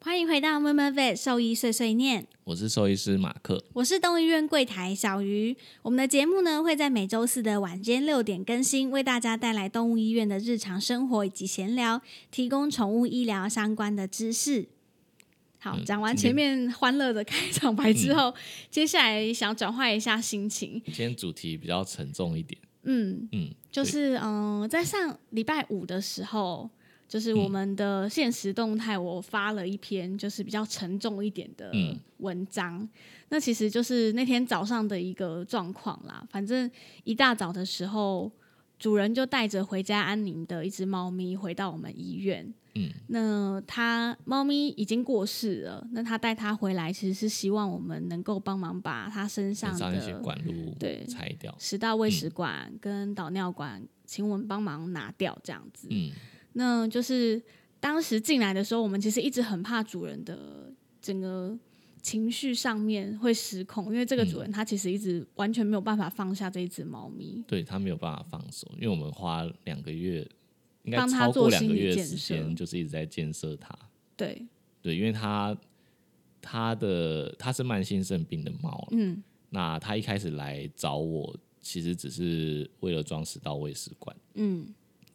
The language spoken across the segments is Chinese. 欢迎回到妈妈 vet 兽医碎碎念，我是兽医师马克。我是动物医院柜台小鱼。我们的节目呢会在每周四的晚间六点更新，为大家带来动物医院的日常生活以及闲聊，提供宠物医疗相关的知识。好，嗯讲完前今嗯面欢乐的开场白之后，接下来想转换一下心情。今天主题比较沉重一点，嗯，嗯，就是嗯、呃在上礼拜五的时候，就是嗯我们的现实动态，我发了一篇就是比较沉重一点的嗯文章。那其实就是那天早上的一个状况啦。反正一大早的时候，主人就带着回家安宁的一只猫咪回到我们医院。嗯，那它猫咪已经过世了，那他带它回来，其实是希望我们能够帮忙把它身身上上一些的管路对拆掉，食道嗯胃食管跟导尿管，请我们帮忙拿掉这样子。嗯那就是当时进来的时候，我们其实一直很怕主人的整个情绪上面会失控，因为这个主人他其实一直完全没有办法放下这一只猫咪。对他没有办法放手，因为我们花两个月，应该帮他超做过两个心理月的建时设间，就是一直在建设它。对，对，因为它它的它是慢性肾病的猫，嗯，那它一开始来找我，其实只是为了装食道胃食管，嗯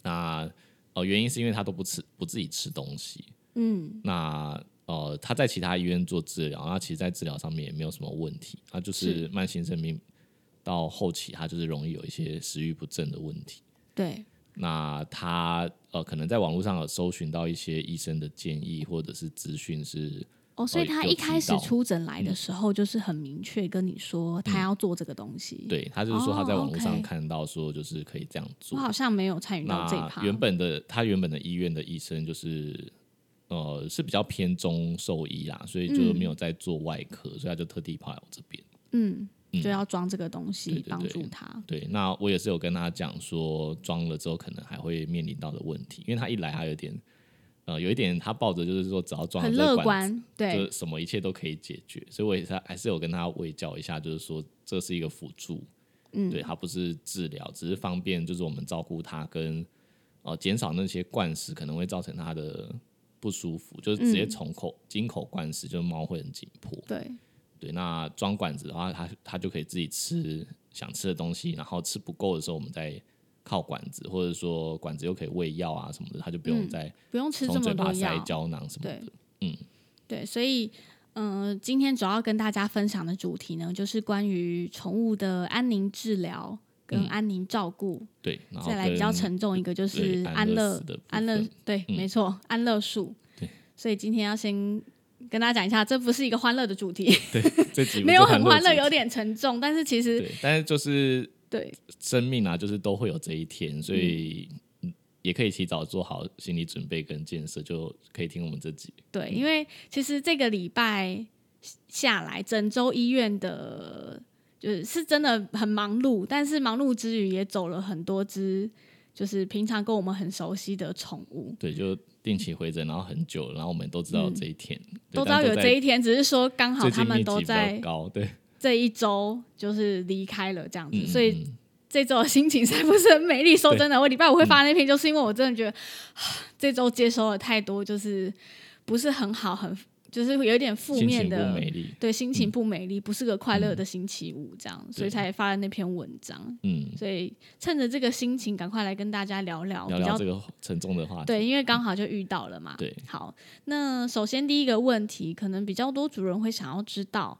那呃原因是因为它都不吃不自己吃东西，嗯那呃，他在其他医院做治疗，那其实，在治疗上面也没有什么问题，他就是是慢性肾病到后期，他就是容易有一些食欲不振的问题。对，那他呃，可能在网络上有搜寻到一些医生的建议或者是资讯是，哦，所以哦他有一提开始到嗯出诊来的时候，就是很明确跟你说他要做这个东西。，对他就是说他在网络哦上，OK 看到说就是可以这样我做。好像没有参与到这一那趴。原本的他原本的医院的医生就是呃是比较偏中兽医啦，所以就嗯没有在做外科，所以他就特地跑来我这边。嗯，嗯就要装这个东对西对帮对助他。对，那我也是有跟他讲说，装了之后可能还会面临到的问题，因为他一来他有点，呃，有一点他抱着就是说，只要装了很这个乐管子，观，对就什么一切都可以解决，所以我也是还是有跟他喂教一下，就是说这是一个辅助，嗯对，它不是治疗，只是方便就是我们照顾他跟呃减少那些灌食可能会造成他的不舒服，就是直接嗯从口、经口灌食，就是猫会很紧迫，对，对，那装管子的话，它它就可以自己吃想吃的东西，然后吃不够的时候，我们再靠管子，或者说管子又可以喂药啊什么的，它就不用嗯再不用吃这从嘴么巴多塞嗯药，胶囊什么的。对对，所以。嗯，今天主要跟大家分享的主题呢，就是关于宠物的安宁治疗跟嗯安宁照顾，对，然后再来比较跟沉重一个就是对安安乐乐死的部安乐 分嗯对，没错，安乐术。对，所以今天要先跟大家讲一下，这不是一个欢乐的主题，这集不 没是有很欢欢乐，主有题点沉重，但是其实对，但是就是对生命啊，就是都会有这一天，所以。嗯也可以提早做好心理准备跟建设，就可以听我们这集。对，因嗯为其实这个礼拜下来，整周医院的，呃就是是真的很忙碌，但是忙碌之余也走了很多只，就是平常跟我们很熟悉的宠物，对，就定期回诊，然后很久了，然后我们都知道有这一天，对嗯都知道但有在这一天，只是说刚好最他近们密都集比在较高，对，这一周就是离开了这样子，嗯所以嗯嗯这周的心情实在不是很美丽。说真的，我礼拜五会发那篇，就是因为我真的觉得、啊这周接收了太多，就是不是很好，很就是有一点负心面情不的美丽，对，心情不美丽，不是个快乐的星期五，这样，所以嗯对才发了那篇文章。嗯，所以趁着这个心情，赶快来跟大家聊聊，聊比较聊这个沉重的话题。嗯对，因为刚好就遇到了嘛。对好，那首先第一个问题，可能比较多主人会想要知道，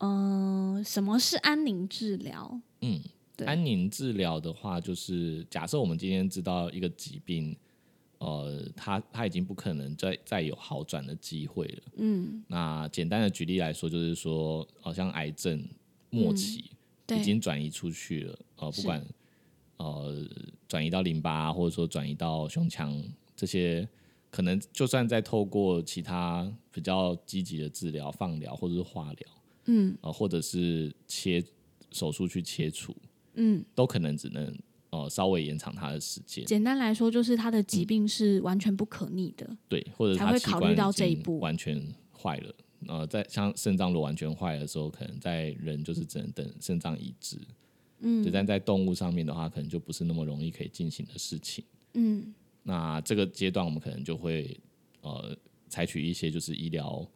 嗯、什么是安宁治疗？嗯，对安宁治疗的话，就是假设我们今天知道一个疾病，呃，它它已经不可能再再有好转的机会了。嗯，那简单的举例来说，就是说，好、像癌症末期、已嗯对，经转移出去了，呃，是不管呃转移到淋巴啊、或者说转移到胸腔这些。可能就算再透过其他比较积极的治疗、放疗或者是化疗，嗯呃，或者是切手术去切除，嗯，都可能只能呃稍微延长它的时间，简单来说，就是他的嗯疾病是完全不可逆的。对，或者才它会器考虑官已到这一经步完全坏了。呃，在像肾脏如果完全坏的时候，可能在人就是只能等肾脏移植，嗯对，但在动物上面的话，可能就不是那么容易可以进行的事情。嗯那这个阶段，我们可能就会呃采取一些就是医疗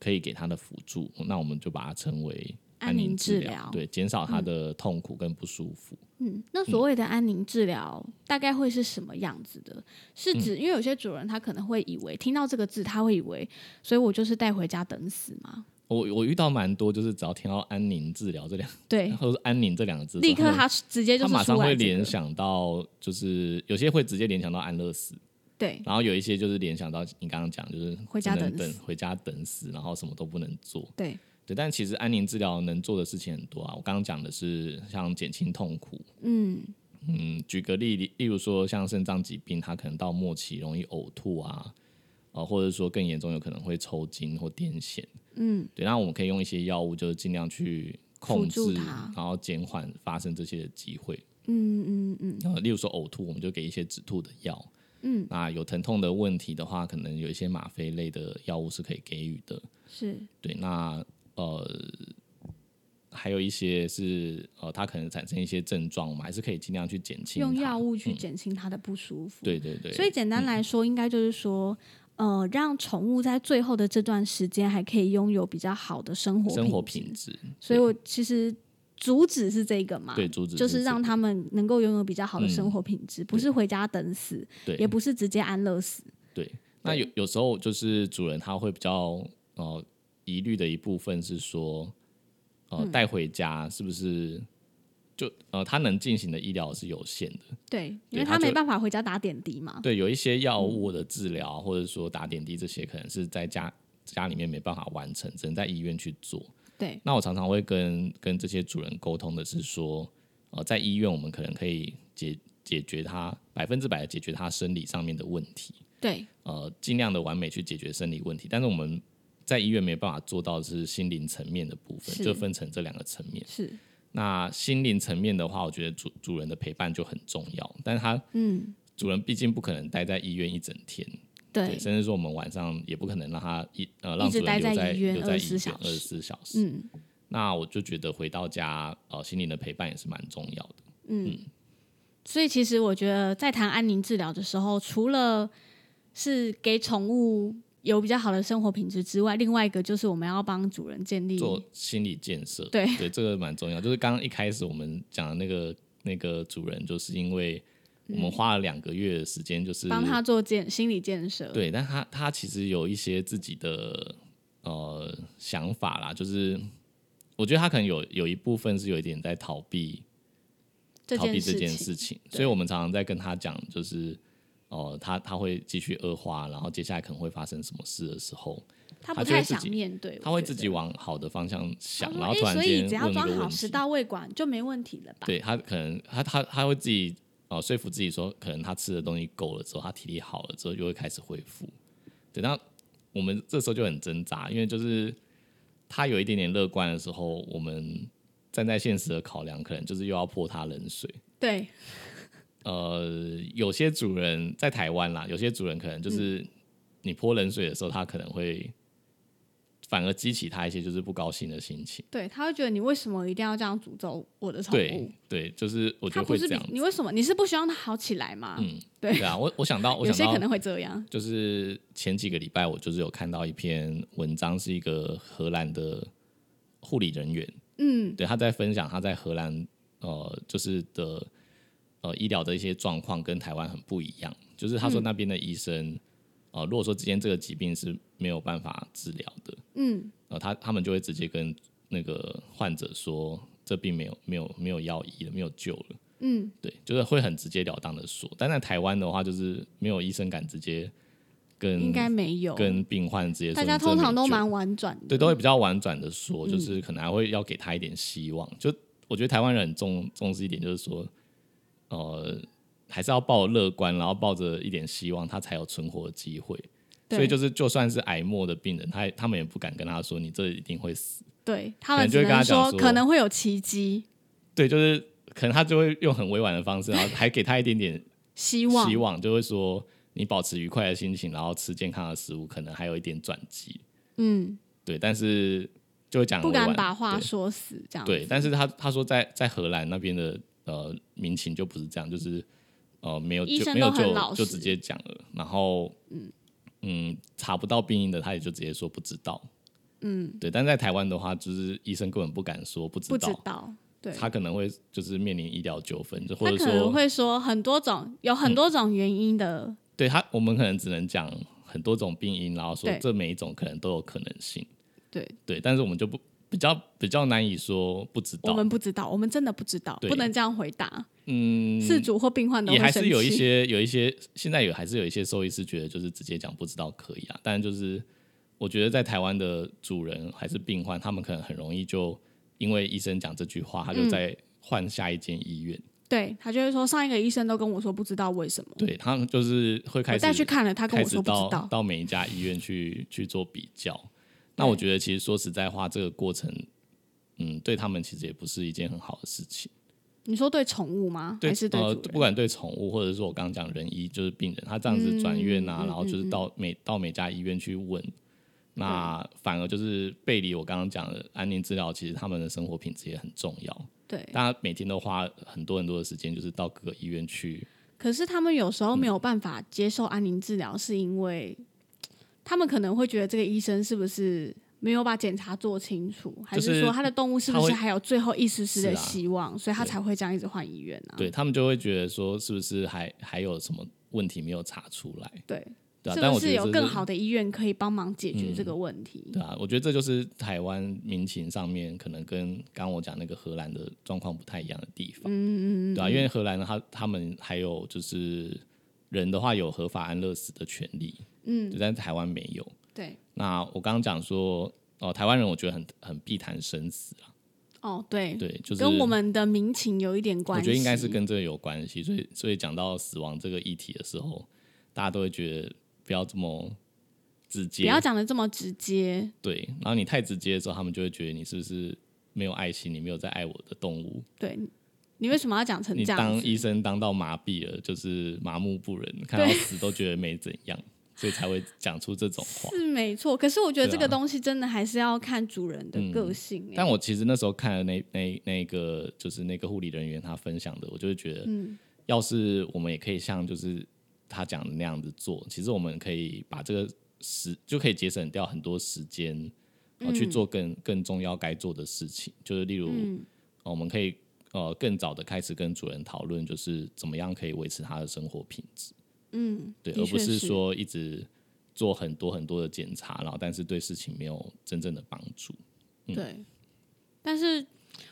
可以给他的辅助，那我们就把它称为安宁治治疗对，减少他的痛苦跟不舒服。嗯，那所谓的安宁治疗大概会是什么样子的？嗯是指因为有些主人他可能会以为听到这个字，他会以为，所以我就是带回家等死嘛。我我遇到蛮多，就是只要听到安宁治疗这两，对，啊或者是安宁这两个字，立刻们他直接就他是马上出来会这个联想到，就是有些会直接联想到安乐死，对然后有一些就是联想到你刚刚讲，就是回家只能等等死回家等死，然后什么都不能做。对，对，但其实安宁治疗能做的事情很多啊。我刚刚讲的是像减轻痛苦，嗯，嗯，举个例，例例如说像肾脏疾病，它可能到末期容易呕吐啊，呃，或者说更严重有可能会抽筋或癫痫。嗯，对，那我们可以用一些药物，就是尽量去控辅制助它，然后减缓发生这些的机会。嗯嗯嗯，呃，例如说呕吐，我们就给一些止吐的药。嗯，那有疼痛的问题的话，可能有一些吗啡类的药物是可以给予的。是对，那呃，还有一些是呃，它可能产生一些症状，我们还是可以尽量去减轻它。用药物去嗯减轻他的不舒服。对对对，嗯所以简单来说，应该就是说，呃，让宠物在最后的这段时间还可以拥有比较好的生活生活品品质。质，所以我其实主旨是这个嘛，对主旨就是是这让个他们能够拥有比较好的生活品质，不是回家等死，嗯对也不是直接安乐死。对。那有有时候就是主人他会比较呃疑虑的一部分是说，嗯呃，带回家是不是就呃他能进行的医疗是有限的？对，因对为他他没就办法回家打点滴嘛。对，有一些药嗯物的治疗、或者说打点滴这些，可能是在家家里面没办法完成，只能在医院去做。对，那我常常会跟跟这些主人沟通的是说，呃，在医院我们可能可以解解决他百分之百的解决他生理上面的问题，对，呃，尽量的完美去解决生理问题，但是我们在医院没办法做到的是心灵层面的部分，是就分成这两个层面。是，那心灵层面的话，我觉得主主人的陪伴就很重要，但是他嗯，主人毕竟不可能待在医院一整天，对，甚至说我们晚上也不可能让他一呃让一直主人待留在在医院留在医24小院时二十四小时。嗯那我就觉得回到家，呃，心灵的陪伴也是蛮重要的。嗯。所以其实我觉得，在谈安宁治疗的时候，除了是给宠物有比较好的生活品质之外，另外一个就是我们要帮主人建立做心理建设，对对，这个蛮重要。就是刚刚一开始我们讲的那个那个主人，就是因为我们花了两个月的时间，就是嗯帮他做建心理建设。对，但他他其实有一些自己的呃想法啦，就是我觉得他可能有有一部分是有一点在逃避这逃避件这事件情，事情，所以我们常常在跟他讲，就是哦、呃他他会继续恶化，然后接下来可能会发生什么事的时候，他他不就会太自想己面对，他我会觉自得己往好的方向想，他说哎然后突然诶所以间只要问一个装好问食题，道胃管就没问题了吧？对他可能他他他会自己呃说服自己说，可能他吃的东西够了之后，他体力好了之后就会开始恢复。对，那我们这时候就很挣扎，因为就是他有一点点乐观的时候，我们站在现实的考量，可能就是又要泼他冷水。对呃，有些主人在台湾啦，有些主人可能嗯就是你泼冷水的时候，他可能会反而激起他一些就是不高兴的心情。对，他会觉得你为什么一定要这样诅咒我的宠物对？对，就是我觉他得不会是这比样子。你为什么？你是不希望它好起来吗？嗯对对啊，我我 想到，我有些可想到，能会这样。就是前几个礼拜，我就是有看到一篇文章，是一个荷兰的护理人员，嗯，对，他在分享他在荷兰呃，就是的呃医疗的一些状况跟台湾很不一样。就是他嗯说那边的医生，呃，如果说之前这个疾病是没有办法治疗的，嗯，呃，他他们就会直接跟那个患者说，这病没有没有没有药医了，没有救了。嗯，对，就是会很直截了当的说。但在台湾的话，就是没有医生敢直接跟应该没有。跟病患直接说，大你家这个通没常都救蛮婉转的。对，都会比较婉转的说，嗯就是可能还会要给他一点希望。就我觉得台湾人很重重视一点，就是说，呃，还是要抱乐观，然后抱着一点希望，他才有存活的机会。对所以就是，就算是癌末的病人，他也他们也不敢跟他说你这一定会死。对他可们能只就会跟能他讲说说可能会有奇迹，对，就是可能他就会用很委婉的方式，然后还给他一点点希望希望就会说你保持愉快的心情，然后吃健康的食物，可能还有一点转机。嗯，对，但是就会讲不很委敢婉把话对说死这样。对，，但是他他说在在荷兰那边的呃民情就不是这样，就是呃没有医就生没有都很就老就实直接讲了，然后嗯嗯查不到病因的，他也就直接说不知道。嗯，对。但在台湾的话，就是医生根本不敢说不不知知道，道，对，他可能会就是面临医疗纠纷，就或他者可能说嗯会说很多种，有很多种原因的，对他，我们可能只能讲很多种病因，然后说对这每一种可能都有可能性。对对，但是我们就不比较比较难以说不知我道。们不知道，我们真的不知道，对不能这样回答。嗯，事主或病患都也会还生是有一气些有一些，现在有还是有一些兽医师觉得就是直接讲不知道可以啊，但就是我觉得在台湾的主人还是病患，他们可能很容易就因为医生讲这句话，他嗯就在换下一间医院，对他就会说，上一个医生都跟我说不知道为什么，对他们就是会开我始再去看了，他跟开我始说不知到道，到每一家医院去去做比较。那我觉得其实说实在话，这个过程，嗯，对他们其实也不是一件很好的事情。你说对宠物吗？还是对呃，主人不管对宠物，或者说我刚刚讲人医，就是病人，他这样子嗯转院啊，然后就是到每、到每家医院去问，那反而就是背离我刚刚讲的安宁治疗，其实他们的生活品质也很重要。对，大家每天都花很多很多的时间，就是到各个医院去，可是他们有时嗯候没有办法接受安宁治疗，是因为他们可能会觉得这个医生是不是没有把检查做清楚，还就是是说他的动物是不他是会还有最后一丝丝的是啊希望，所以他才会这样一直换医院啊？对他们就会觉得说，是不是还还有什么问题没有查出来？对，对啊，是但不我觉是得有这更是嗯好的医院可以帮忙解决这个问题？对啊，我觉得这就是台湾民情上面可能跟刚我讲那个荷兰的状况不太一样的地方。嗯嗯嗯，对啊，因为荷兰呢，他他们还有就是人的话有合法安乐死的权利，嗯，就在台湾没有。对，那我刚刚讲说，哦、台湾人我觉得很很避谈生死啊，哦，对，对，就是跟我们的民情有一点关我系。觉得应该是跟这个有关系，所以所以讲到死亡这个议题的时候，大家都会觉得不要这么直不接，要讲的这么直接，对，然后你太直接的时候，他们就会觉得你是不是没有爱心，你没有在爱我的动物，对。你为什么要讲成你嗯这样当子？医生当到麻痹了，就是麻木不仁，看到死都觉得没怎样，所以才会讲出这种话。是没错，可是我觉得对啊嗯这个东西真的还是要看主人的个性、欸但我其实那时候看了那那那个就是那个护理人员他分享的，我就会觉得，嗯要是我们也可以像就是他讲的那样子做，其实我们可以把这个时就可以节省掉很多时间，然嗯后去做更更重要该做的事情，就是例如、呃我们可以呃更早的开始跟主人讨论，就是怎么样可以维持他的生活品质，嗯，对，的而不确是是说一直。做很多很多的检查，然后但是对事情没有真正的帮助。嗯对，但是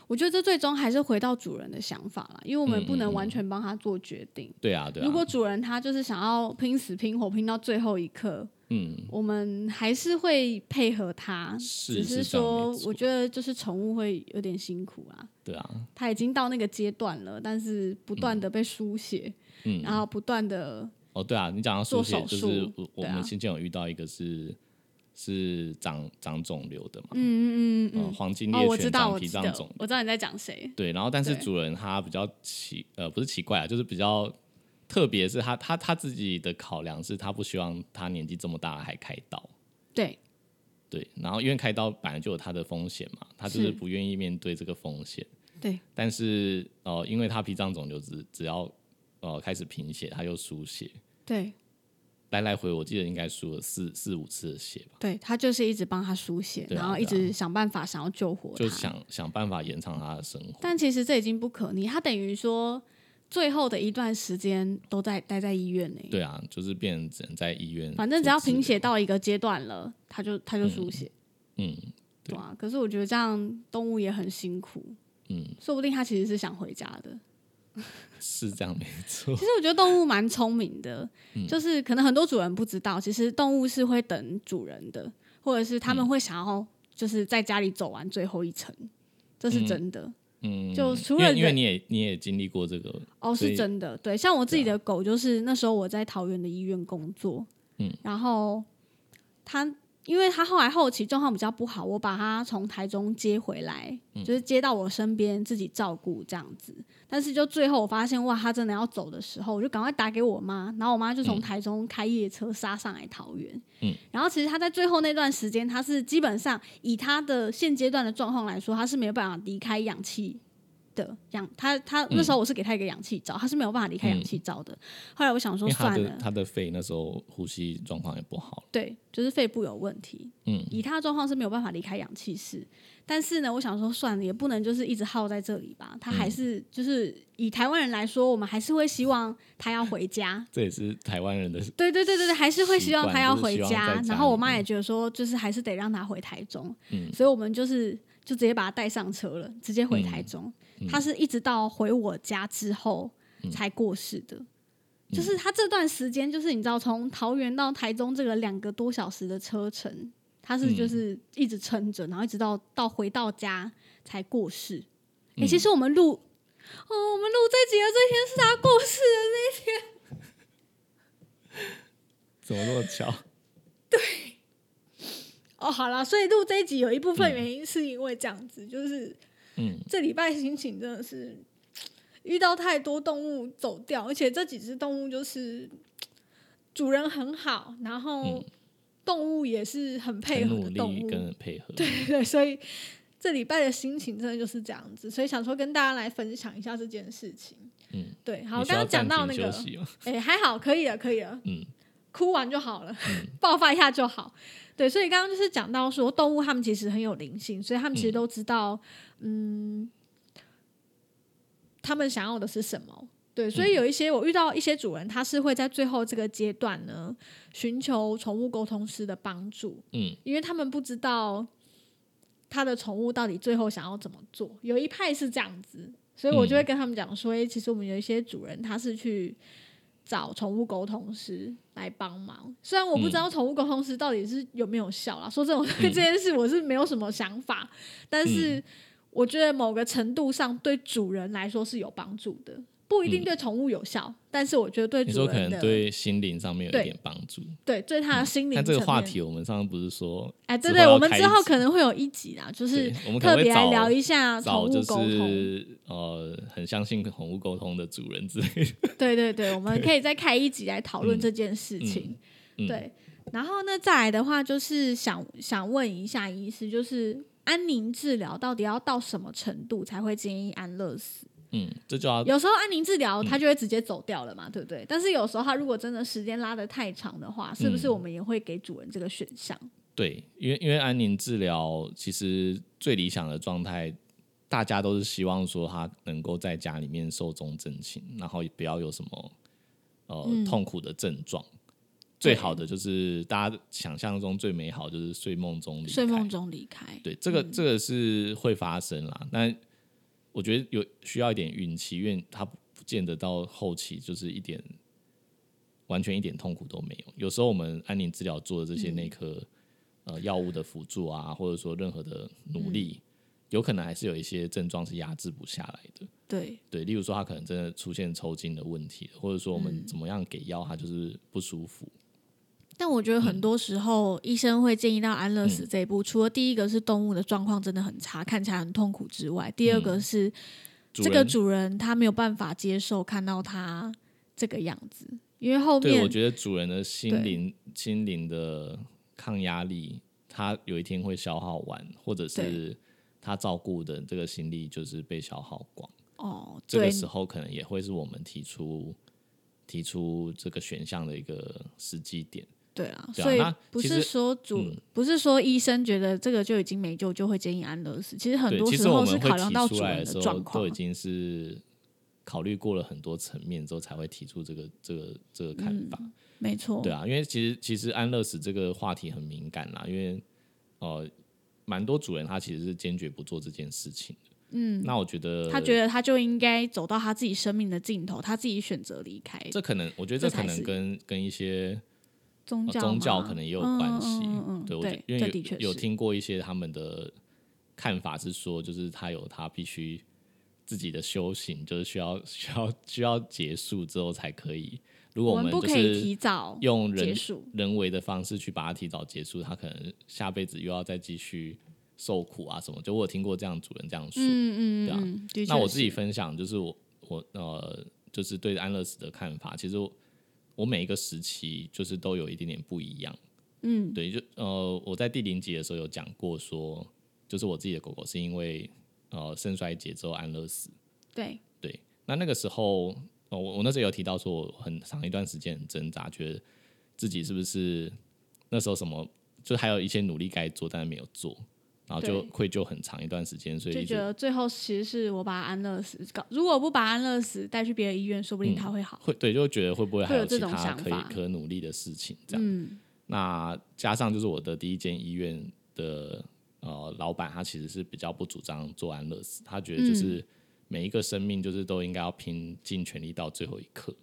我觉得这最终还是回到主人的想法啦，因为我嗯们不能完全帮他做决定。对啊，对啊。如果主人他就是想要拼死拼活拼到最后一刻，嗯，我们还是会配合他，是只是这样说没错我觉得就是宠物会有点辛苦啊，对啊，他已经到那个阶段了，但是不断的被输血，嗯，然后不断的哦，对啊，你讲到输做血，手就术是我我对啊们先前有遇到一个是是长长肿瘤的嘛，嗯嗯嗯嗯，黄金哦，我猎知犬道，长我脾知脏道肿，，我知道你在讲谁，对，然后但是对主人他比较奇呃不是奇怪啊，就是比较特别是他他他自己的考量是他不希望他年纪这么大了还开刀，对对，然后因为开刀本来就有它的风险嘛，他就是是不愿意面对这个风险。对，但是呃，因为他脾脏肿瘤只只要呃开始贫血，他就输血，对来来回我记得应该输了四四五次的血吧，对，他就是一直帮他输血，对啊然后一对直想办法想要救活他，就想想办法延长他的生活。但其实这已经不可逆，他等于说最后的一段时间都在待在医院内、对啊，就是变成只能在医院，反正只要贫，血到一个阶段了，他就他就输血，嗯，对啊。可是我觉得这样动物也很辛苦，嗯，说不定他其实是想回家的。是这样没错，其实我觉得动物蛮聪明的，嗯就是可能很多主人不知道，其实动物是会等主人的，或者是他嗯们会想要就是在家里走完最后一程，这是真的。嗯，就除因了为因为人你也你也经历过这个，哦，所是以啊真的，对，像我自己的狗，就是那时候我在桃园的医院工作，嗯，然后它因为它后来后期状况比较不好，我把它从台中接回来，嗯就是接到我身边自己照顾这样子。但是就最后我发现，哇，它真的要走的时候，我就赶快打给我妈，然后我妈嗯就从台中开夜车杀上来桃园，嗯，然后其实它在最后那段时间，它是基本上以它的现阶段的状况来说，它是没有办法离开氧气的氧，他他那时嗯候我是给他一个氧气罩，他是没有办法离开氧气罩的。后来我想因说为他算的了，他的肺那时候呼吸状况也不好，对，就是肺部有问题，嗯，以他的状况是没有办法离开氧气室。但是呢，我想说算了，也不能就是一直耗在这里吧。他还是、就是以台湾人来说，我们还是会希望他要回家。这也是台湾人的对对对对对，还是会希望他要回习惯就是希望在家里嗯然后我妈也觉得说，就是还是得让他回台中，所以我们就是就直接把他带上车了，直接回嗯台中。他是一直到回我家之后嗯才过世的。就是他这段时间，就是你知道，从桃园到台中这个两个多小时的车程，他是嗯就是一直撑着，然后一直到到回到家才过世。嗯哎、其实我们录哦，我们录这集的这天是他过世的那怎么那么巧？哦，好了，所以录这一集有一部分原因是因为这样子，就是嗯，这礼拜心情真的是遇到太多动物走掉，而且这几只动物就是主人很好，然后嗯动物也是很 配很合努的动力物，跟配合，对 对，所以这礼拜的心情真的就是这样子，所以想说跟大家来分享一下这件事情。嗯，对，好，你需刚要刚讲暂到那停个休，息哦，哎、还好，可以了，可以了。嗯，哭完就好了， 爆发一下就好。对，所以刚刚就是讲到说，动物它们其实很有灵性，所以它们其实都知道，嗯，它、们想要的是什么。对，所以有一些我遇到一些主人，他是会在最后这个阶段呢，寻求宠物沟通师的帮助，嗯，因为他们不知道他的宠物到底最后想要怎么做。有一派是这样子，所以我就会跟他们讲说，诶其实我们有一些主人他是去找宠物沟通师来帮忙。虽然我不知道宠物沟通师到底是有没有效啦，说真的，我对这件事我是没有什么想法，但嗯是我觉得某个程度上对主人来说是有帮助的，不一定对宠物有效，但是我觉得对嗯你主说可人能的对心灵上面有对一点帮助。对对他的心灵但层面、这个话题，我们上次不是说，哎，对之对，后要我们开之一后集可能会有一集啦，就是对 我们嗯特可能会别来找聊一下宠找物就沟通。是呃，很相信宠物沟通的主人之类的。 对对对，我们可以再开一集来讨论这件事情。嗯嗯嗯对，然后呢，再来的话就是想想问一下医师，就是安宁治疗到底要到什么程度才会建议安乐死？嗯，这就要有时候安宁治嗯疗它就会直接走掉了嘛，对不对？但是有时候它如果真的时间拉得太长的嗯话，是不是我们也会给主人这个选项？对，因为因为安宁治疗其实最理想的状态，大家都是希望说他能够在家里面寿终正寝，然后也不要有什么呃、嗯痛苦的症状。最好的就是大家想象中最美好，就是睡梦中离睡开梦中离开，对，这嗯个、这个是会发生啦。那我觉得有需要一点运气，因为它不见得到后期就是一点完全一点痛苦都没有。有时候我们安宁治疗做的这些嗯内科、呃药物的辅助啊，或者说任何的努嗯力，有可能还是有一些症状是压制不下来的。对，对，例如说他可能真的出现抽筋的问题，或者说我嗯们怎么样给药，他就是不舒服。但我觉得很多时候，医生会建议到安乐嗯死这一步，除了第一个是动物的状况真的很差，看起来很痛苦之外，第二个是、嗯主这个人主人他没有办法接受看到他这个样子，因为后对，我面觉得主人的对心灵、心灵的抗压力，他有一天会消耗完，或者是他照顾的这个心力就是被消耗光。哦，这对个时候可能也会是我们提出提出这个选项的一个时机点。对啊，对啊所以那不其是实嗯说主、不是说医生觉得这个就已经没救就会建议安乐死，其实很对，多其时实我候是们会考量到提主出来人的时候状都况啊已，经是考虑过了很多层面之后才会提出这个这个这个嗯看法。没错，对啊，因为其实其实安乐死这个话题很敏感啦，因为呃，蛮多主人他其实是坚决不做这件事情的。嗯，那我觉得他觉得他就应该走到他自己生命的尽头，他自己选择离开，这可能，我觉得这这可才能是跟跟一些宗呃教宗教嘛可能也有关系。嗯嗯嗯嗯对，我觉对，因这的为确有有是听过一些他们的看法是说，就是他有他必须自己的修行，就是需要需要需要结束之后才可以。如果我们不就可以是提早用人结束。人为的方式去把它提早结束，他可能下辈子又要再继续受苦啊什么。就我有听过这样主人这样说。嗯嗯嗯，对啊嗯的确那我自己是分享就是我我呃就是对安乐死的看法，其实我呃我每一个时期就是都有一点点不一样。嗯对，就呃我在第零集的时候有讲过说，就是我自己的狗狗是因为呃肾衰竭之后安乐死，对，对，那那个时候，哦我我那时候有提到说，我很长一段时间很挣扎，觉得自己是不是那时候什么，就还有一些努力该做，但是没有做，然后就对愧疚很长一段时间，所以就一觉直得最后其实是我把他安乐死，搞如果不把他安乐死带去别的医院，说不嗯定他会好。会对，就觉得会不会还会有有其这种他想可以法可努力的事情这样。嗯，那加上就是我的第一间医院的呃老板，他其实是比较不主张做安乐死，他觉得嗯就是每一个生命就是都应该要拼尽全力到最后一刻。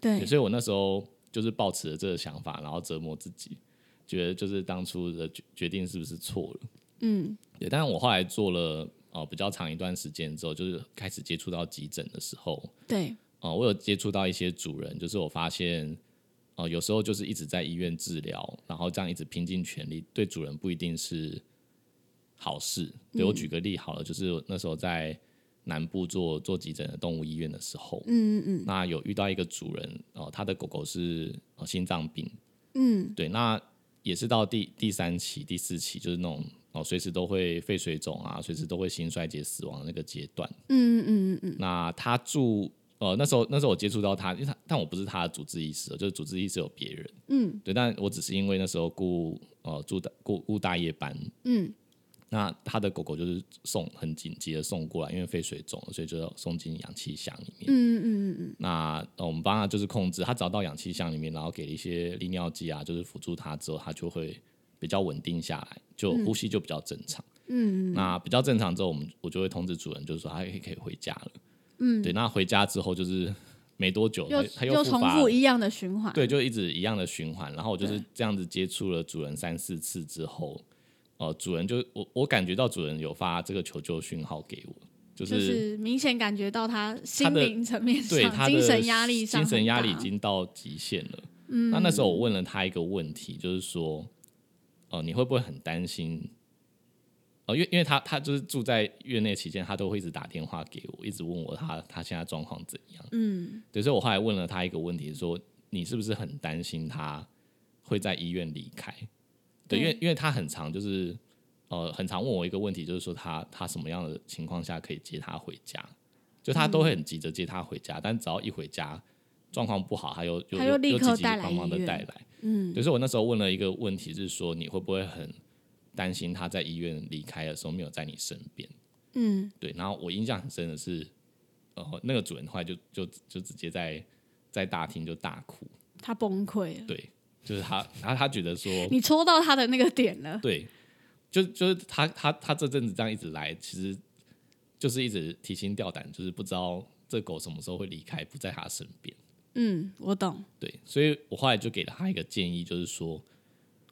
对，所以我那时候就是抱持了这个想法，然后折磨自己，觉得就是当初的决决定是不是错了。嗯，对，但是我后来做了呃比较长一段时间之后，就是开始接触到急诊的时候，对，呃，我有接触到一些主人，就是我发现，呃，有时候就是一直在医院治疗，然后这样一直拼尽全力，对主人不一定是好事。对我嗯举个例好了，就是我那时候在南部做做急诊的动物医院的时候，嗯嗯那有遇到一个主人，哦、他的狗狗是、呃、心脏病，嗯，对，那也是到第第三期、第四期，就是那种哦，随时都会肺水肿啊，随时都会心衰竭死亡的那个阶段。嗯嗯嗯嗯，那他住呃那时候那时候我接触到他，因为他但我不是他的主治医师哦，就是主治医师有别人，嗯，对，但我只是因为那时候顾呃住大顾顾大夜班，嗯，那他的狗狗就是送很紧急的送过来，因为肺水肿了，所以就要送进氧气箱里面。嗯嗯嗯那、呃我们帮他就是控制，他只要到氧气箱里面，然后给了一些利尿剂啊，就是辅助他之后，他就会比较稳定下来，就呼吸就比较正常。嗯那比较正常之后，我们我就会通知主人，就是说他可以可以回家了。嗯对。那回家之后就是没多久，嗯，他又他又复重发复了，一样的循环。对，就一直一样的循环。然后我就是这样子接触了主人三四次之后，呃，主人就我我感觉到主人有发这个求救讯号给我，就、就是是明显感觉到他心灵层面对上、他的精神压力上很精大，神压力已经到极限了。嗯，那那时候我问了他一个问题，就是说，呃，你会不会很担心？呃，因为因为他他就是住在院内期间，他都会一直打电话给我，一直问我他他现在状况怎样。嗯，对，所以我后来问了他一个问题，说你是不是很担心他会在医院离开？对对，因为因为他很常就是呃，很常问我一个问题，就是说他他什么样的情况下可以接他回家？就他都会嗯很急着接他回家，但只要一回家状况不好，他又又他又立刻又急急带来忙忙的医院带来。嗯，就是我那时候问了一个问题，是说你会不会很担心他在医院离开的时候没有在你身边？嗯，对，然后我印象很深的是，呃，那个主人后来就就就直接在在大厅就大哭，他崩溃了，对，就是他，然后他觉得说，你戳到他的那个点 了。对，就就是他他他这阵子这样一直来，其实就是一直提心吊胆，就是不知道这狗什么时候会离开，不在他身边。嗯，我懂。对，所以我后来就给了他一个建议，就是说，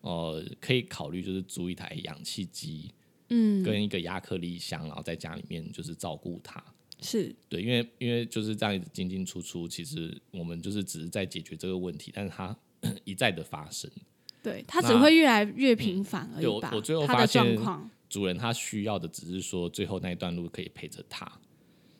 呃，可以考虑就是租一台氧气机嗯，跟一个亚克力箱，然后在家里面就是照顾它。是，对，因为因为就是这样一直进进出出，其实我们就是只是在解决这个问题，但是它 一再的发生。对他那嗯只会越来越频繁而对我已吧。我最后他发的现状况，主人他需要的只是说最后那一段路可以陪着他，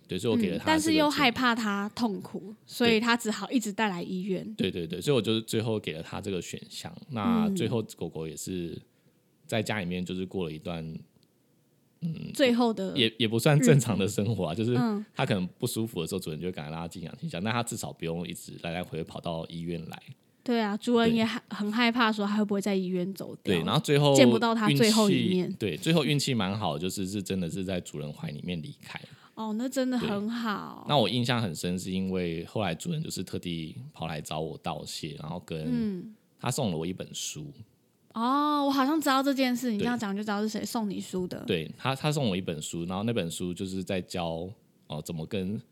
对，所以我给了他、嗯但是又害怕。怕他痛苦，所以对他只好一直带来医院。对对对，所以我就是最后给了他这个选项。那嗯最后狗狗也是在家里面就是过了一段，最后的也也不算正常的生活啊，就是嗯它可能不舒服的时候，主人就会赶快拉它进氧气箱，那它至少不用一直来来回回跑到医院来。对啊，主人对也害很害怕说他会不会在医院走掉。对，然后最后见不到它运最后一气面对，最后运气蛮好，就是是真的是在主人怀里面离开。哦，那真的对很好。那我印象很深，是因为后来主人就是特地跑来找我道谢，然后跟、嗯，他送了我一本书，哦，我好像知道这件事，你对这样讲就知道是谁送你书的。对他他送我一本书，然后那本书就是在教哦、呃怎么跟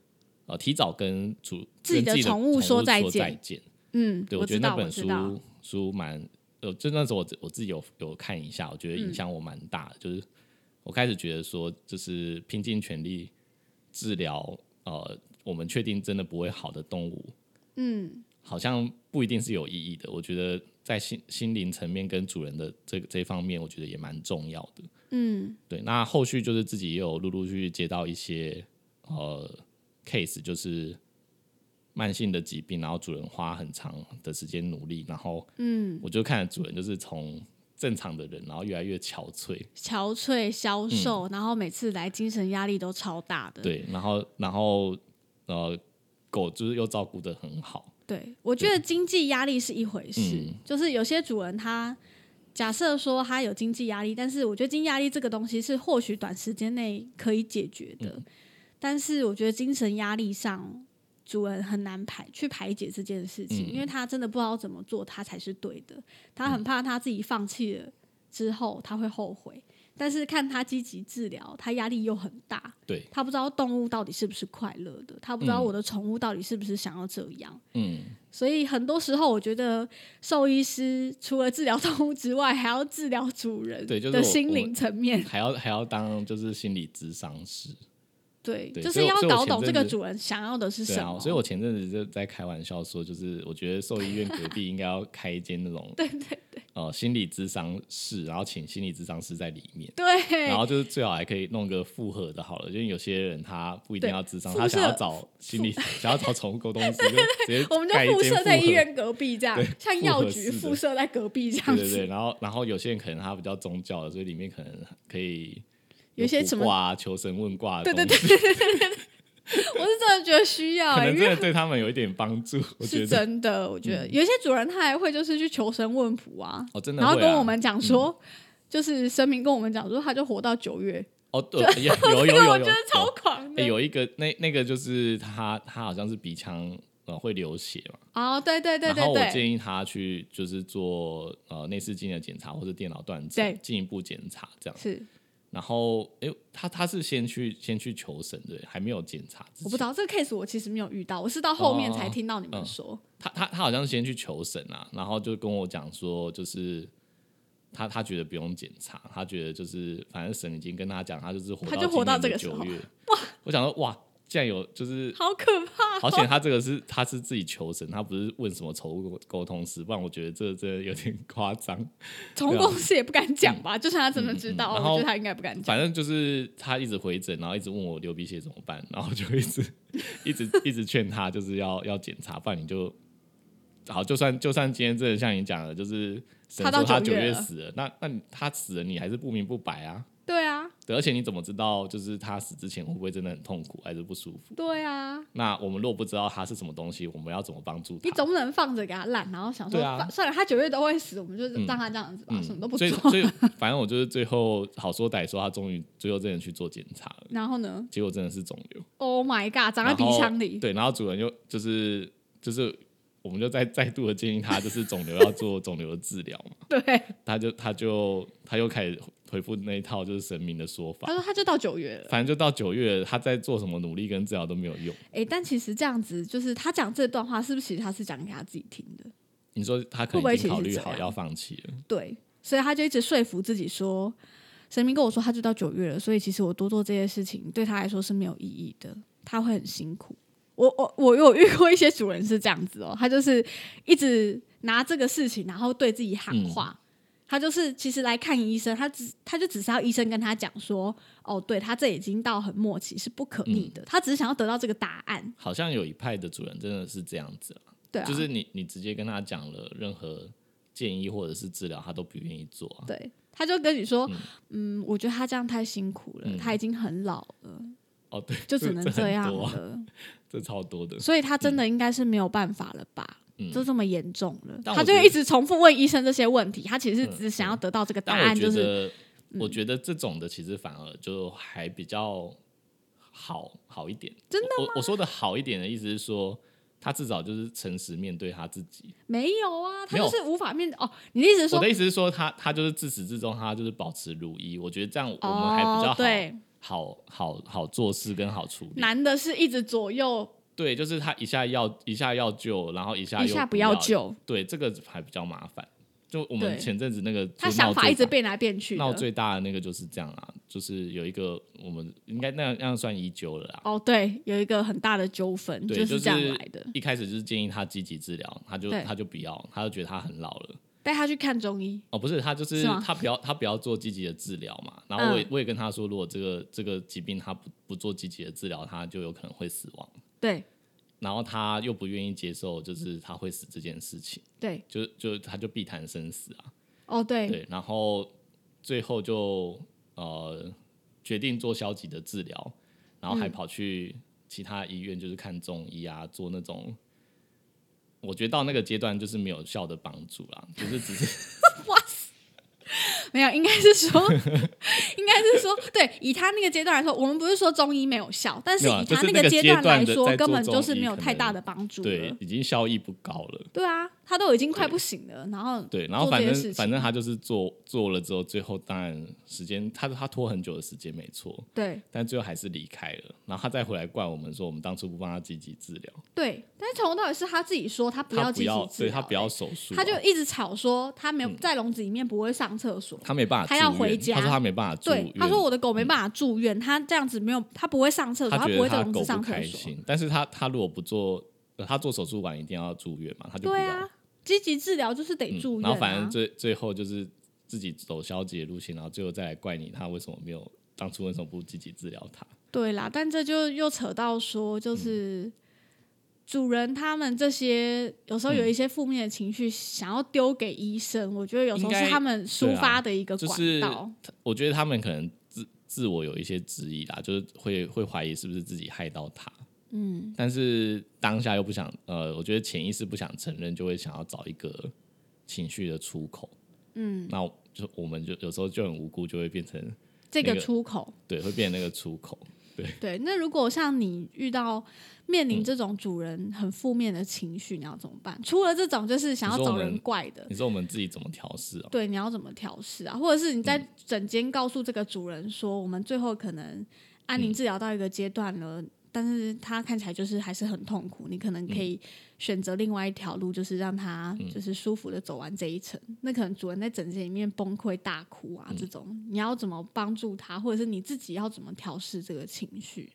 呃提早跟主自己的跟的宠物物说再再见嗯，对，我觉得知那道，我本知书道。书蛮，呃，就那时候我自我自己有有看一下，我觉得嗯影响我蛮大的，就是我开始觉得说，就是拼尽全力治疗，呃，我们确定真的不会好的动物，嗯，好像不一定是有意义的。我觉得在心心灵层面跟主人的这这方面，我觉得也蛮重要的。嗯，对，那后续就是自己也有陆陆续续接到一些呃 case，就是慢性的疾病，然后主人花很长的时间努力，然后嗯，我就看着主人就是从正常的人，然后越来越憔悴，憔悴、消瘦，然后每次来精神压力都超大的。嗯对，然后然后呃，狗就是又照顾的很好，对，我觉得经济压力是一回事，嗯就是有些主人他假设说他有经济压力，但是我觉得经济压力这个东西是或许短时间内可以解决的，嗯但是我觉得精神压力上主人很难排去排解这件事情，嗯因为他真的不知道怎么做他才是对的，他很怕他自己放弃了之后他会后悔。但是看他积极治疗，他压力又很大，对，他不知道动物到底是不是快乐的，他不知道嗯我的宠物到底是不是想要这样，嗯，所以很多时候，我觉得兽医师除了治疗动物之外，还要治疗主人对就是的我心灵层面。还要还要当就是心理咨商师，对，对就是所以我要所以我搞前懂这阵个子主人想要的是对什啊么。，所以我前阵子就在开玩笑说，就是我觉得兽医院隔壁应该要开一间那 种对对呃心理咨商室，然后请心理咨商师在里面。然对后就是最好还可以弄个复合的，好了，因为有些人他不一定对要智商，辐他想要射找心 理，想要找宠物沟通师，就直接我们就盖一辐间射在复医合院隔壁这样对，像复药合局式的辐射在隔壁这样对子。对对，然后然后有些人可能他比较宗教的，所以里面可能可以有些卜什么卦啊、求神问卦的对对东西，对我是真的觉得需要、可欸，能因真为的对他们有一点帮助。我觉是得嗯真的。我觉得有一些主人他还会就是去求神问卜啊，哦，真的然后会跟啊我们讲说，就是神明跟我们讲说，他就活到九月，哦，对， 有有有有我有觉得超狂的。哎有一个那那个就是他他好像是鼻腔呃会流血嘛，哦，对对对然对后我对，建议他去就是做呃内视镜的检查或者电脑断对层进一步检查这样。是然后哎、他他是先去先去求神对，还没有检查之前。我不知道这个 case 我其实没有遇到，我是到后面才听到你们嗯说，他他他好像是先去求神啊，然后就跟我讲说，就是他他觉得不用检查，他觉得就是反正神已经跟他讲，他就是活他就活到今年这的个时候九月。哇！我想说哇，竟然有就是好可怕、好险，他这个是他是自己求神，他不是问什么宠物沟通师，不然我觉得这真的有点夸张。宠物公司也不敢讲吧？就算他真的知道，啊嗯嗯嗯嗯然后我觉得他应该不敢讲。反正就是他一直回诊，然后一直问我流鼻血怎么办，然后我就一直一直一直劝他，就是要要检查，不然你就好，就算就算今天真的像你讲的，就是神他到说他九九月月了死了，那那你他死了，你还是不明不白啊。对啊，对，而且你怎么知道就是他死之前会不会真的很痛苦，还是不舒服？对啊，那我们若不知道他是什么东西，我们要怎么帮助他？你总不能放着给他烂，然后想说、对啊放算了，他九月都会死，我们就让他这样子吧，嗯什么都不所做以。所以反正我就是最后好说歹说，他终于最后真的去做检查了， 然后呢结果真的是肿瘤。 ？Oh my god，长在然鼻后腔里。对，然后主人又就是就是，我们就再再度的建议他，就是肿瘤要 做肿瘤的治疗嘛。对，他就他就他又开始回复那一套就是神明的说他法。说他就到九月了。反正就到九月，他在做什么努力跟治疗都没有用。哎、但其实这样子，就是他讲这段话，是不是其实他是讲给他自己听的？你说他可会不会能其已经实考是虑这好样要放弃了，对，所以他就一直说服自己说，神明跟我说他就到九月了，所以其实我多做这些事情对他来说是没有意义的，他会很辛苦。我我我有遇过一些主人是这样子哦，他就是一直拿这个事情，然后对自己喊话。他就是其实来看医生，他只他就只是要医生跟他讲说，哦，对他这已经到很末期，是不可逆的。他只是想要得到这个答案，好像有一派的主人真的是这样子啦对啊，就是你你直接跟他讲了任何建议或者是治疗，他都不愿意做啊。对，他就跟你说，嗯我觉得他这样太辛苦了，嗯他已经很老了，哦，对，就这只能这这很样多啊，了。这超多的。所以他真的应该是没有办法了吧？嗯都这么严重了，但他我就觉会得嗯一直重复问医生这些问题，他其实是只想要得到这个答但我案，觉就是嗯得，我觉得这种的其实反而就还比较好好一点。真的我我我说的好一点的意思是说，他至少就是诚实面对他自己。没有啊，他没有就是无法面哦。你的意思是说我的，意思是说他，他就是自始至终，他就是保持如一。我觉得这样我们还比哦，较好、对，好好好做事跟好处理。男的是一直左右，对，就是他一下要一下要救，然后一下一又下不不要。救，对，这个还比较麻烦。就我对们前阵子那个，他就想闹法最一直大变来变去闹的。最大的那个就是这样啊，就是有一个我们应该那样那样算医灸了啦。哦，对，有一个很大的纠纷对是就是这样来的，一开始就是建议他积极治疗，他就对他就不要，他就觉得他很老了。带他去看中医。哦，不是，他就是是吗他不要他不要做积极的治疗嘛。然后我也、嗯我也跟他说，如果这个这个疾病他不不做积极的治疗，他就有可能会死亡。对然后他又不愿意接受，就是他会死这件事情，对，就就他就避谈生死啊。哦，对，对，然后最后就呃决定做消极的治疗，然后嗯还跑去其他医院就是看中医啊，做那种。我觉得到那个阶段就是没有效的帮助啦，就是 只是没有，应该是 说，应该是说，对，以他那个阶段来说，我们不是说中医没有效，但是没有啊以就他是那个个阶阶段段来的说，在根做本就中是医没有可太大能的帮助对了。已经效益不高了。对啊，他都已经快对不行了，然后对，然后做这反些正事情反正他就是做做了之后，最后当然时间他他拖很久的时间没错，对但最后还是离开了。然后他再回来怪我们说，我们当初不帮他积极治疗，对，但是从头到尾是他自己说他不他要不积极要，治对疗，欸他不要手术啊、他就一直吵说他没有在笼子里面不会上厕所。他没办法住他院，要回家他说他没办法住对院，，嗯他说我的狗没办法住院，他这样子没有，他不会上厕所，他觉不得会在他笼狗子不上厕开所。心，但是他他如果不做，呃他做手术完一定要住院嘛，他就不对要啊，，积极治疗就是得嗯住院、啊然后反正最最后就是自己走消极的路线，然后最后再来怪你，他为什么没有当初为什么不积极治疗他？对啦，但这就又扯到说，嗯就是主人他们这些有时候嗯有一些负面的情绪，想要丢给医生，我觉得有时候应是该啊他们抒发的一个就管是道。我觉得他们可能自自我有一些质疑啦，就是会会怀疑是不是自己害到他。嗯，但是当下又不想，呃，我觉得潜意识不想承认，就会想要找一个情绪的出口。嗯，那我就我们就有时候就很无辜，就会变成这那个个出 口，对，会变成那个出口。对。那如果像你遇到面嗯临这种主人很负面的情绪，你要怎么办？除了这种就是想要你说找我们人怪的，你说我们自己怎么调试啊？对，你要怎么调试啊？或者是你嗯在整间告诉这个主人说，我们最后可能嗯安宁治疗到一个阶段了，但是他看起来就是还是很痛苦，你可能嗯可以选择另外一条路，就是让他就是舒服的走完这一程。那可能主人在整间里面崩溃大哭嗯啊，这种你要怎么帮助他，或者是你自己要怎么调试这个情绪？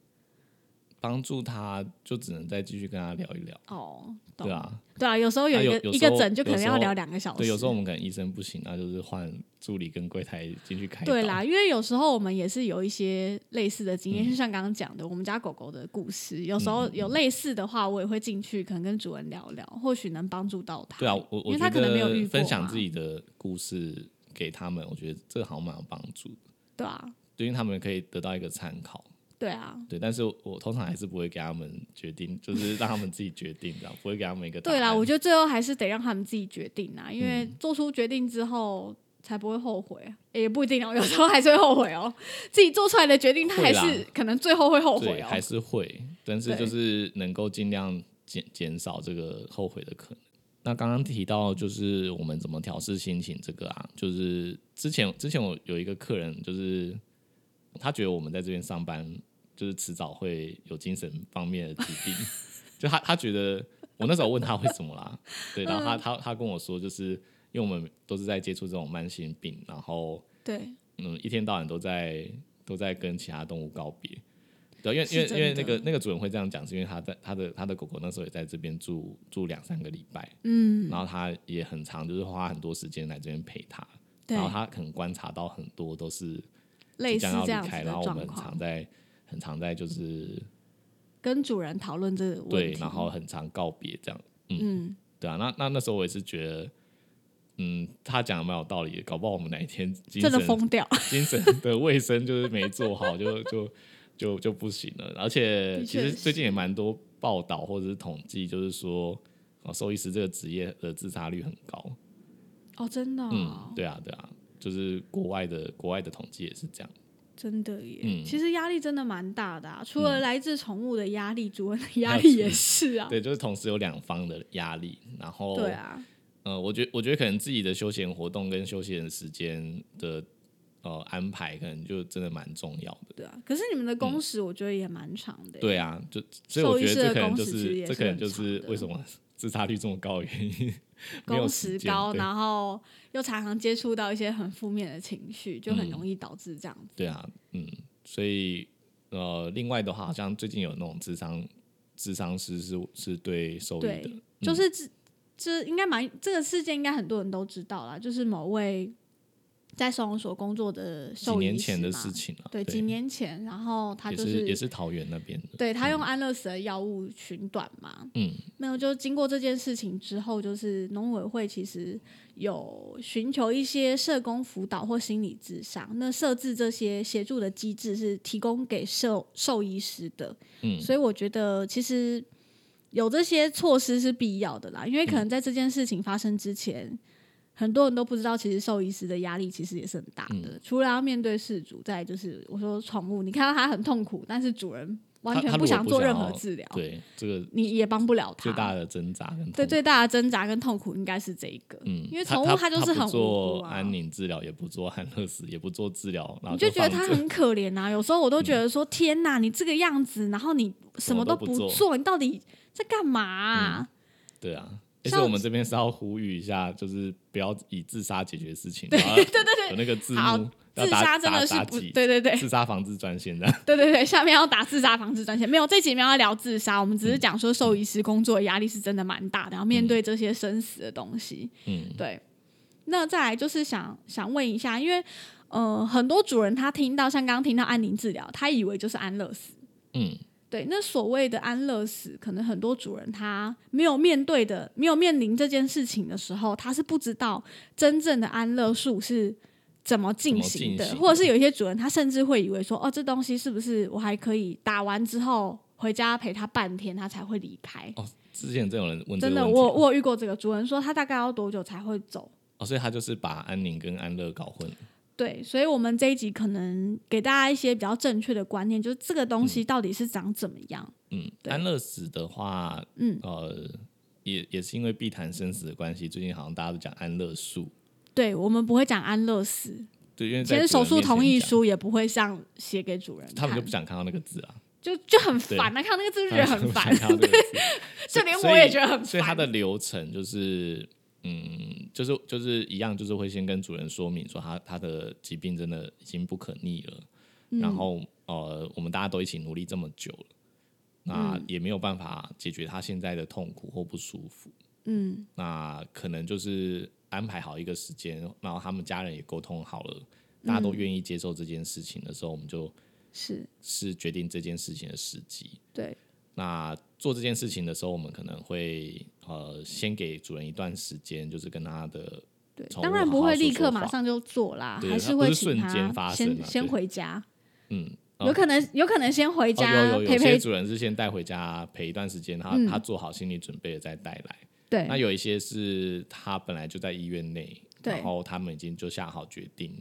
帮助他，就只能再继续跟他聊一聊，哦，懂对啊，对啊，有时候有啊一有个、有一时个候诊就可有能时要候聊两个小时，对，有时候我们可能医生不行，那就是换助理跟柜台进去开导。对啦，因为有时候我们也是有一些类似的经嗯验，就、像刚刚讲的，我们家狗狗的故事，有时候有类似的话，我也会进去，可能跟主人聊聊，或许能帮助到他。对啊，我我因为觉他可能没有遇得过分享嘛自己的故事给他们，我觉得这个好像蛮有帮助的，对啊，对因为他们可以得到一个参考。对啊，对，但是我我通常还是不会给他们决定，就是让他们自己决定，这样不会给他们一个答对啦，案嗯我觉得最后还是得让他们自己决定啊，因为做出决定之后。才不会后悔、啊，诶也不一定哦，有时候还是会后悔哦。自己做出来的决定，他还会啦是可能最后会后悔对哦。还是会，但是对就是能够尽量减减少这个后悔的可能。那刚刚提到就是我们怎么调试心情这个啊，就是之前之前我有一个客人，就是他觉得我们在这边上班，就是迟早会有精神方面的疾病，就他他觉得我那时候问他为什么啦，对，然嗯后他他他跟我说，就是因为我们都是在接触这种慢性病，然后对，嗯，一天到晚都在都在跟其他动物告别。对，啊因为是因为因为真的那个那个主人会这样讲，是因为他在他的他的狗狗那时候也在这边住住两三个礼拜，嗯，然后他也很长，就是花很多时间来这边陪它，对然，后他可能观察到很多都是类即似将要这样离子开，的然后我状们常况，在很常在就是跟主人讨论这个问对，题。然后很常告别这样，嗯，对啊，那那那时候我也是觉得，嗯，他讲的蛮有道理的，搞不好我们哪一天精真的神疯掉。 精神的卫生就是没做好， 就就就就不行了。而且的其确实最近也蛮多报道或者是统计，就是说，哦，兽医师这个职业的自杀率很高。哦，真的、哦，嗯，对啊，对啊，就是国外的国外的统计也是这样。真的耶。嗯其实压力真的蛮大的啊，除了来自宠物的压力，主人的压 还有力主也是啊。对，就是同时有两方的压力，然后对啊，呃，我觉我觉得可能自己的休闲活动跟休闲时间的呃安排，可能就真的蛮重要的。对啊。可是你们的工时，我觉得也蛮长的耶。嗯对啊，就所以我觉得这可能兽就医师的工时其实也这是可能很就是长的为什么自杀率这么高的原因。没有工时时间高，对然后又常常接触到一些很负面的情绪，就很容易导致这样子。嗯对啊，嗯，所以呃，另外的话，好像最近有那种智商智商师是是对受益的对，就是这这应该蛮这个事件，应该很多人都知道啦，就是某位在收容所工作的几兽医年师前的嘛事情了、对，几年前，然后他也就是也是嗯桃园那边的，对他用安乐死的药物寻短嘛，嗯，没有，就经过这件事情之后，就是农委会其实有寻求一些社工辅导或心理智商，那设置这些协助的机制是提供给兽兽医师的，嗯所以我觉得其实有这些措施是必要的啦，因为可嗯能在这件事情发生之前。很多人都不知道，其实兽医师的压力其实也是很大的。嗯除了要面对事主，再来就是我说宠物，你看到它很痛苦，但是主人完他全他如不果想不做想任何要治疗，对，这个你也帮不了最大哦他。的挣扎跟对痛苦，最大的挣扎跟痛苦应该是这一个，嗯，因为他宠物他它就是他很不无辜做啊安宁治疗，也不做安乐死，也不做治疗，然你后就觉得放它着嗯很可怜啊。有时候我都觉得说，天哪，你这个样子，然后你什么么都都不不做做，你到底在干嘛啊、对啊。而且像我们这边是要呼吁一下，就是不要以自杀解决事情。对对对对，有那个字好幕，要自打杀真打的是打不，几对对 对自杀防治专线的。对对对，下面要打自杀防治专线。没有，这集没有要聊自杀，我们嗯只是讲说兽医师工作的压力是真的蛮大的，然后面对这些生死的东西。嗯，对。那再来就是想想问一下，因为呃，很多主人他听到像刚刚听到安宁治疗，他以为就是安乐死。嗯，对，那所谓的安乐死，可能很多主人他没有面对的，没有面临这件事情的时候，他是不知道真正的安乐术是怎么进行的，怎么进行或者是有一些主人他甚至会以为说，哦，这东西是不是我还可以打完之后回家陪他半天，他才会离开？哦，之前真有人问这真个的，问我题，我有遇过这个主人说，他大概要多久才会走？哦，所以他就是把安宁跟安乐搞混。对，所以我们这一集可能给大家一些比较正确的观念，就是这个东西到底是长怎么样？嗯，对安乐死的话，嗯，呃，也也是因为避谈生死的关系，最近好像大家都讲安乐术，对对，我们不会讲安乐死，因为其在实手主人术面前同意讲，书也不会像写给主人看，他们就不想看到那个字啊，就就很烦啊，看到那个字 就觉得他们很就不想烦，看到那个字 就连所以我也觉得很烦。所以它的流程就是，嗯，就是就是一样，就是会先跟主人说明说他他的疾病真的已经不可逆了，然嗯后呃，我们大家都一起努力这么久了，那嗯也没有办法解决他现在的痛苦或不舒服，嗯，那可能就是安排好一个时间，然后他们家人也沟通好了，大家都嗯愿意接受这件事情的时候，我们就是是决定这件事情的时机。对，那做这件事情的时候，我们可能会呃先给主人一段时间，就是跟他的对，宠物当然不好好会说立说刻话马上就做啦，对还它不会是请瞬间他发先生啊先对回家，嗯，有可能有可能先回哦、家有有陪有些陪，主人是先带回家陪一段时间，他、嗯他做好心理准备了再带来。那对有一些是他本来就在医院内，对然后他们已经就下好决定，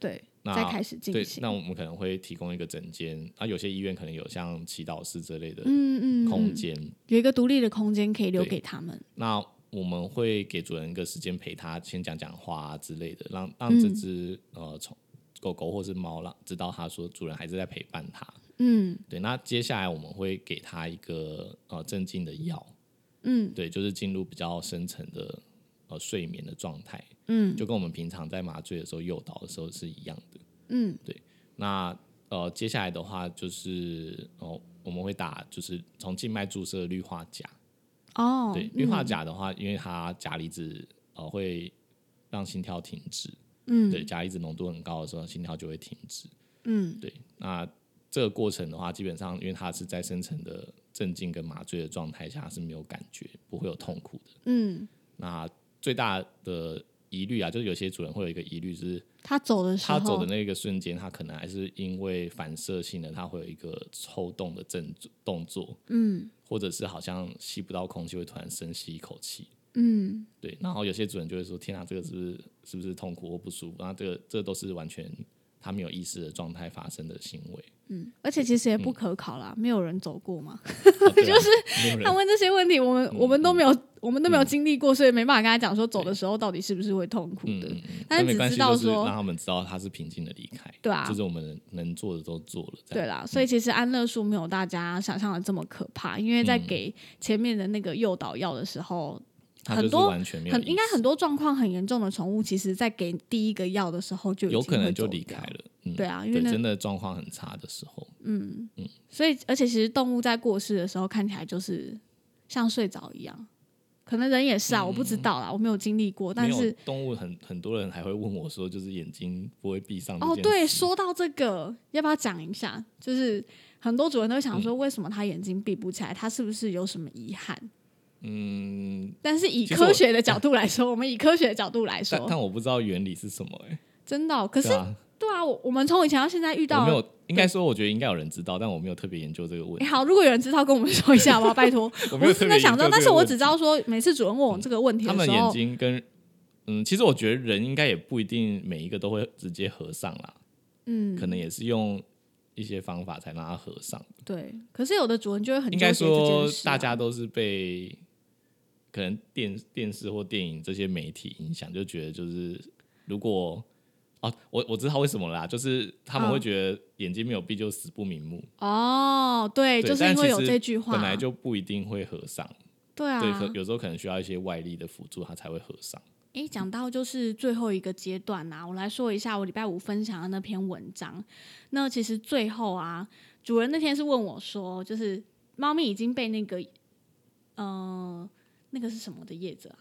对，那再开始进对，行那。我们可能会提供一个诊间，啊，有些医院可能有像祈祷室之类的嗯嗯空嗯，间，有一个独立的空间可以留对给他们。那我们会给主人一个时间陪他，先讲讲话、啊、之类的，让嗯让这只、呃宠狗狗或是猫让知道它说主人还是在陪伴它。嗯对，那接下来我们会给它一个呃镇静的药，嗯对，就是进入比较深层的呃睡眠的状态，嗯就跟我们平常在麻醉的时候诱导的时候是一样的。嗯，那呃接下来的话就是哦、我们会打就是从静脉注射氯化钾。哦，对，氯化钾的话，因为它钾离子呃会让心跳停止，嗯对，钾离子浓度很高的时候，心跳就会停止。嗯对，那这个过程的话，基本上因为它是在深层的镇静跟麻醉的状态下是没有感觉，不会有痛苦的。嗯，那最大的疑虑啊，就是有些主人会有一个疑虑，就是他走的时他候，走的那个瞬间，他可能还是因为反射性的，他会有一个抽动的症动作，嗯或者是好像吸不到空气，会突然深吸一口气。嗯对，然后有些主人就会说：“天啊，这个是不是是不是痛苦或不舒服？”那这个这都是完全他没有意识的状态发生的行 为，嗯，而且其实也不可考啦，没有人走过嘛。啊对啊嗯 没有他人问这些问题，我们、我们都没有，我们都没有经历过，所以没办法跟他讲说走的时候到底是不是会痛苦嗯的。嗯嗯，但那是没只关知系，道就是说让他们知道他是平静的离开，对啊就是我们能做的都做了，这对样啦，所以其实安乐术没有大家想象的这么可怕，因为在嗯给前面的那个诱导药的时候，他很就是多完全没有意很识，应该很多状况很严重的宠物，其实在给第一个药的时候就已有经可能会就走离掉开了，嗯，对啊因为对，那真的状况很差的时候，嗯，所以而且其实动物在过世的时候看起来就是像睡着一样，可能人也是嗯啊，我不知道啦，我没有经历过，没但有是动物很很多人还会问我说，就是眼睛不会闭上这哦，件对，事说到这个，要不要讲一下？就是很多主人都会想说，为什么他眼睛闭不起来？他是不是有什么遗憾？嗯，但是以其实科我学的角度来说，我们以科学的角度来但说，但我不知道原理是什么、欸， 真的哦、可是对啊，对啊，我我们从以前到现在遇我到没有，应该说我觉得应该有人知道，但我没有特别研究这个问哎、题。好，如果有人知道，跟我们说一下好 不好？拜托，我没有我特真别的研想究知道，这但个是我问只题嗯知道说，每次主人问我这个问题他的们时眼候，睛跟嗯，其实我觉得人应该也不一定每一个都会直接合上啦，嗯，可能也是用一些方法才让它合上。对。可是有的主人就会很应纠结该这件说事、啊，大家都是被可能电电视或电影这些媒体影响，就觉得就是如果哦，我我知道为什么了啦，就是他们嗯会觉得眼睛没有闭就死不瞑目，哦，对，对就是但因为其有实这句话，本来就不一定会合上，对对，啊可。有时候可能需要一些外力的辅助，它才会合上。诶，讲到就是最后一个阶段呐、啊，我来说一下我礼拜五分享的那篇文章。那其实最后啊，主人那天是问我说，就是猫咪已经被那个，呃，那个是什么的叶子啊？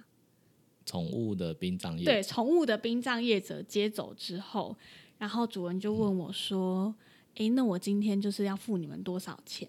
宠物的殡葬业，对，宠物的殡葬业者接走之后，然后主人就问我说：“诶，那我今天就是要付你们多少钱？”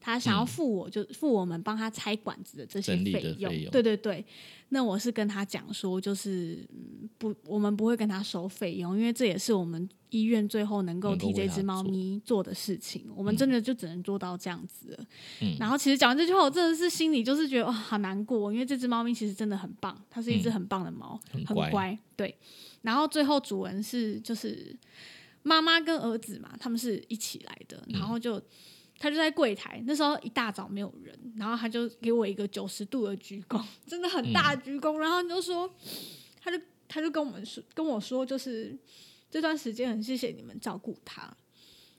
他想要付我就、付我们帮他拆管子的这些嗯整理费的用，费用对对对。那我是跟他讲说，就是、嗯、不，我们不会跟他收费用，因为这也是我们医院最后能够能够替这为他只猫做咪做的事情。我们真的就只能做到这样子了。嗯然后其实讲完这句话，我真的是心里就是觉得哇、哦好难过，因为这只猫咪其实真的很棒，它是一只很棒的猫。嗯很很乖乖，对。然后最后主人是就是妈妈跟儿子嘛，他们是一起来的，嗯然后就、他就在柜台，那时候一大早没有人，然后他就给我一个九十度的鞠躬，真的嗯很大的鞠躬，然后就说，他就他就跟我们说跟我说，就是这段时间很谢谢你们照顾他。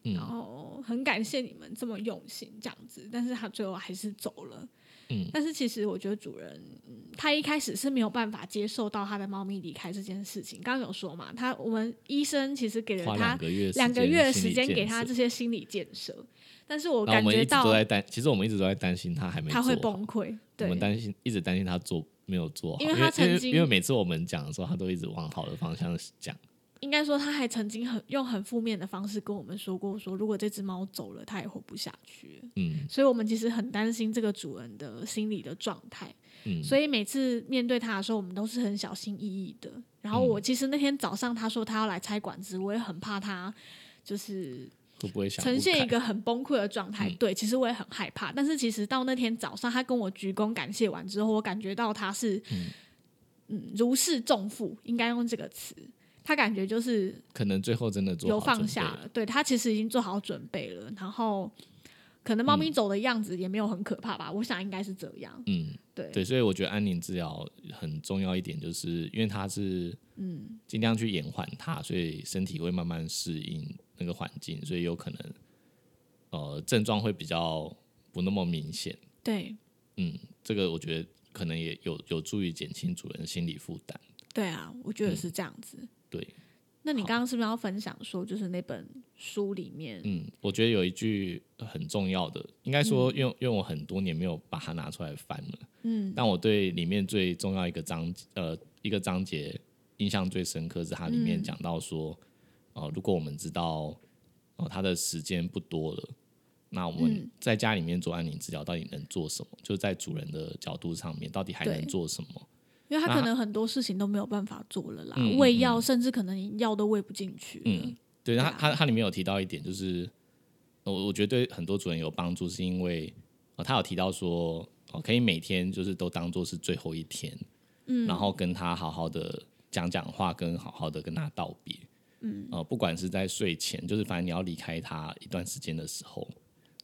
嗯然后很感谢你们这么用心这样子，但是他最后还是走了。嗯但是其实我觉得主人嗯他一开始是没有办法接受到他的猫咪离开这件事情。刚刚有说嘛，他我们医生其实给了花他两个月两个间月的心时理间建给他设这些心理建设，但是我然后感我们一觉直都到在担，其实我们一直都在担心他还没他会做好崩溃。我对们担心，一直担心他做没有做好，因因为他曾经因为因为每次我们讲的时候，他都一直往好的方向讲，应该说他还曾经很用很负面的方式跟我们说过说如果这只猫走了，它也活不下去了。嗯所以我们其实很担心这个主人的心理的状态。嗯，所以每次面对他的时候，我们都是很小心翼翼的。然后嗯我其实那天早上他说他要来拆管子，我也很怕他就是会不会想不呈现一开嗯个很崩溃的状态。对，其实我也很害怕。但是其实到那天早上，他跟我鞠躬感谢完之后，我感觉到他是嗯如释重负，应该用这个词。他感觉就是可能最后真的做有好放准下备了，对他其实已经做好准备了。然后可能猫咪走的样子也没有很可怕吧，我想应该是这样。嗯，对对，所以我觉得安宁治疗很重要一点，就是因为它是嗯尽量去延缓它，所以身体会慢慢适应那个环境，所以有可能呃症状会比较不那么明显，对嗯，这个我觉得可能也有有助于减轻主人心理负担，对啊，我觉得是这样子。嗯对。那你好刚刚是不是要分享说，就是那本书里面，嗯，我觉得有一句很重要的，应该说，嗯因为、因为我很多年没有把它拿出来翻了，嗯，但我对里面最重要一个章呃一个章节印象最深刻是它里嗯面讲到说，呃，如果我们知道哦它的时间不多了，那我嗯们在家里面做安宁治疗到底能做什么？就在主人的角度上面，到底还能对做什么？因为他那可能很多事情都没有办法做了啦，嗯嗯喂药甚至可能药都喂不进去了。嗯，对，他对啊他他里面有提到一点，就是呃我我觉得对很多主人有帮助，是因为呃他有提到说，哦、可以每天就是都当做是最后一天，嗯，然后跟他好好的讲讲话，跟好好的跟他道别，嗯，呃，不管是在睡前，就是反正你要离开他一段时间的时候，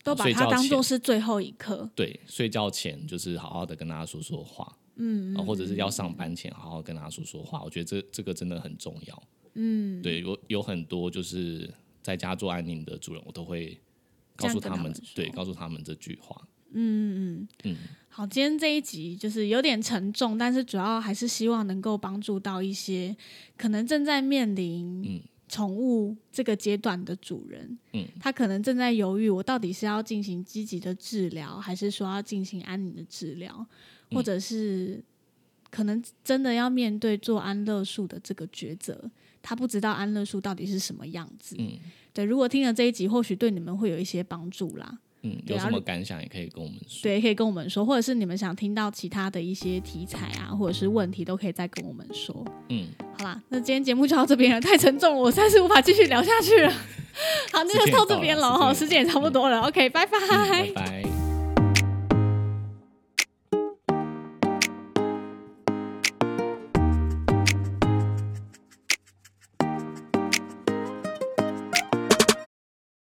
都把睡它觉当做前是最后一刻。对，睡觉前就是好好的跟他说说话，嗯、或者是要上班前好好跟他说说话。我觉得这这个真的很重要。嗯，对，有有很多就是在家做安宁的主人，我都会告诉这样跟他他们们说对，告诉他们这句话。好，今天这一集就是有点沉重，但是主要还是希望能够帮助到一些可能正在面临宠物这个阶段的主人，嗯，他可能正在犹豫，我到底是嗯要进行积极的治疗，还是说要进行安宁的治疗，或者是可能真的要面对做安乐树的这个抉择，他不知道安乐树到底是什么样子。嗯对，如果听了这一集，或许对你们会有一些帮助啦。嗯，对有啊什么感想也可以跟我们说。对，可以跟我们说，或者是你们想听到其他的一些题材啊，或者是问题，都可以再跟我们说。嗯，好啦，那今天节目就到这边了，太沉重了，我实在是无法继续聊下去了。好，那 时间就也到到这了边时了间哈，也嗯时间也差不多了。OK，拜 嗯拜拜。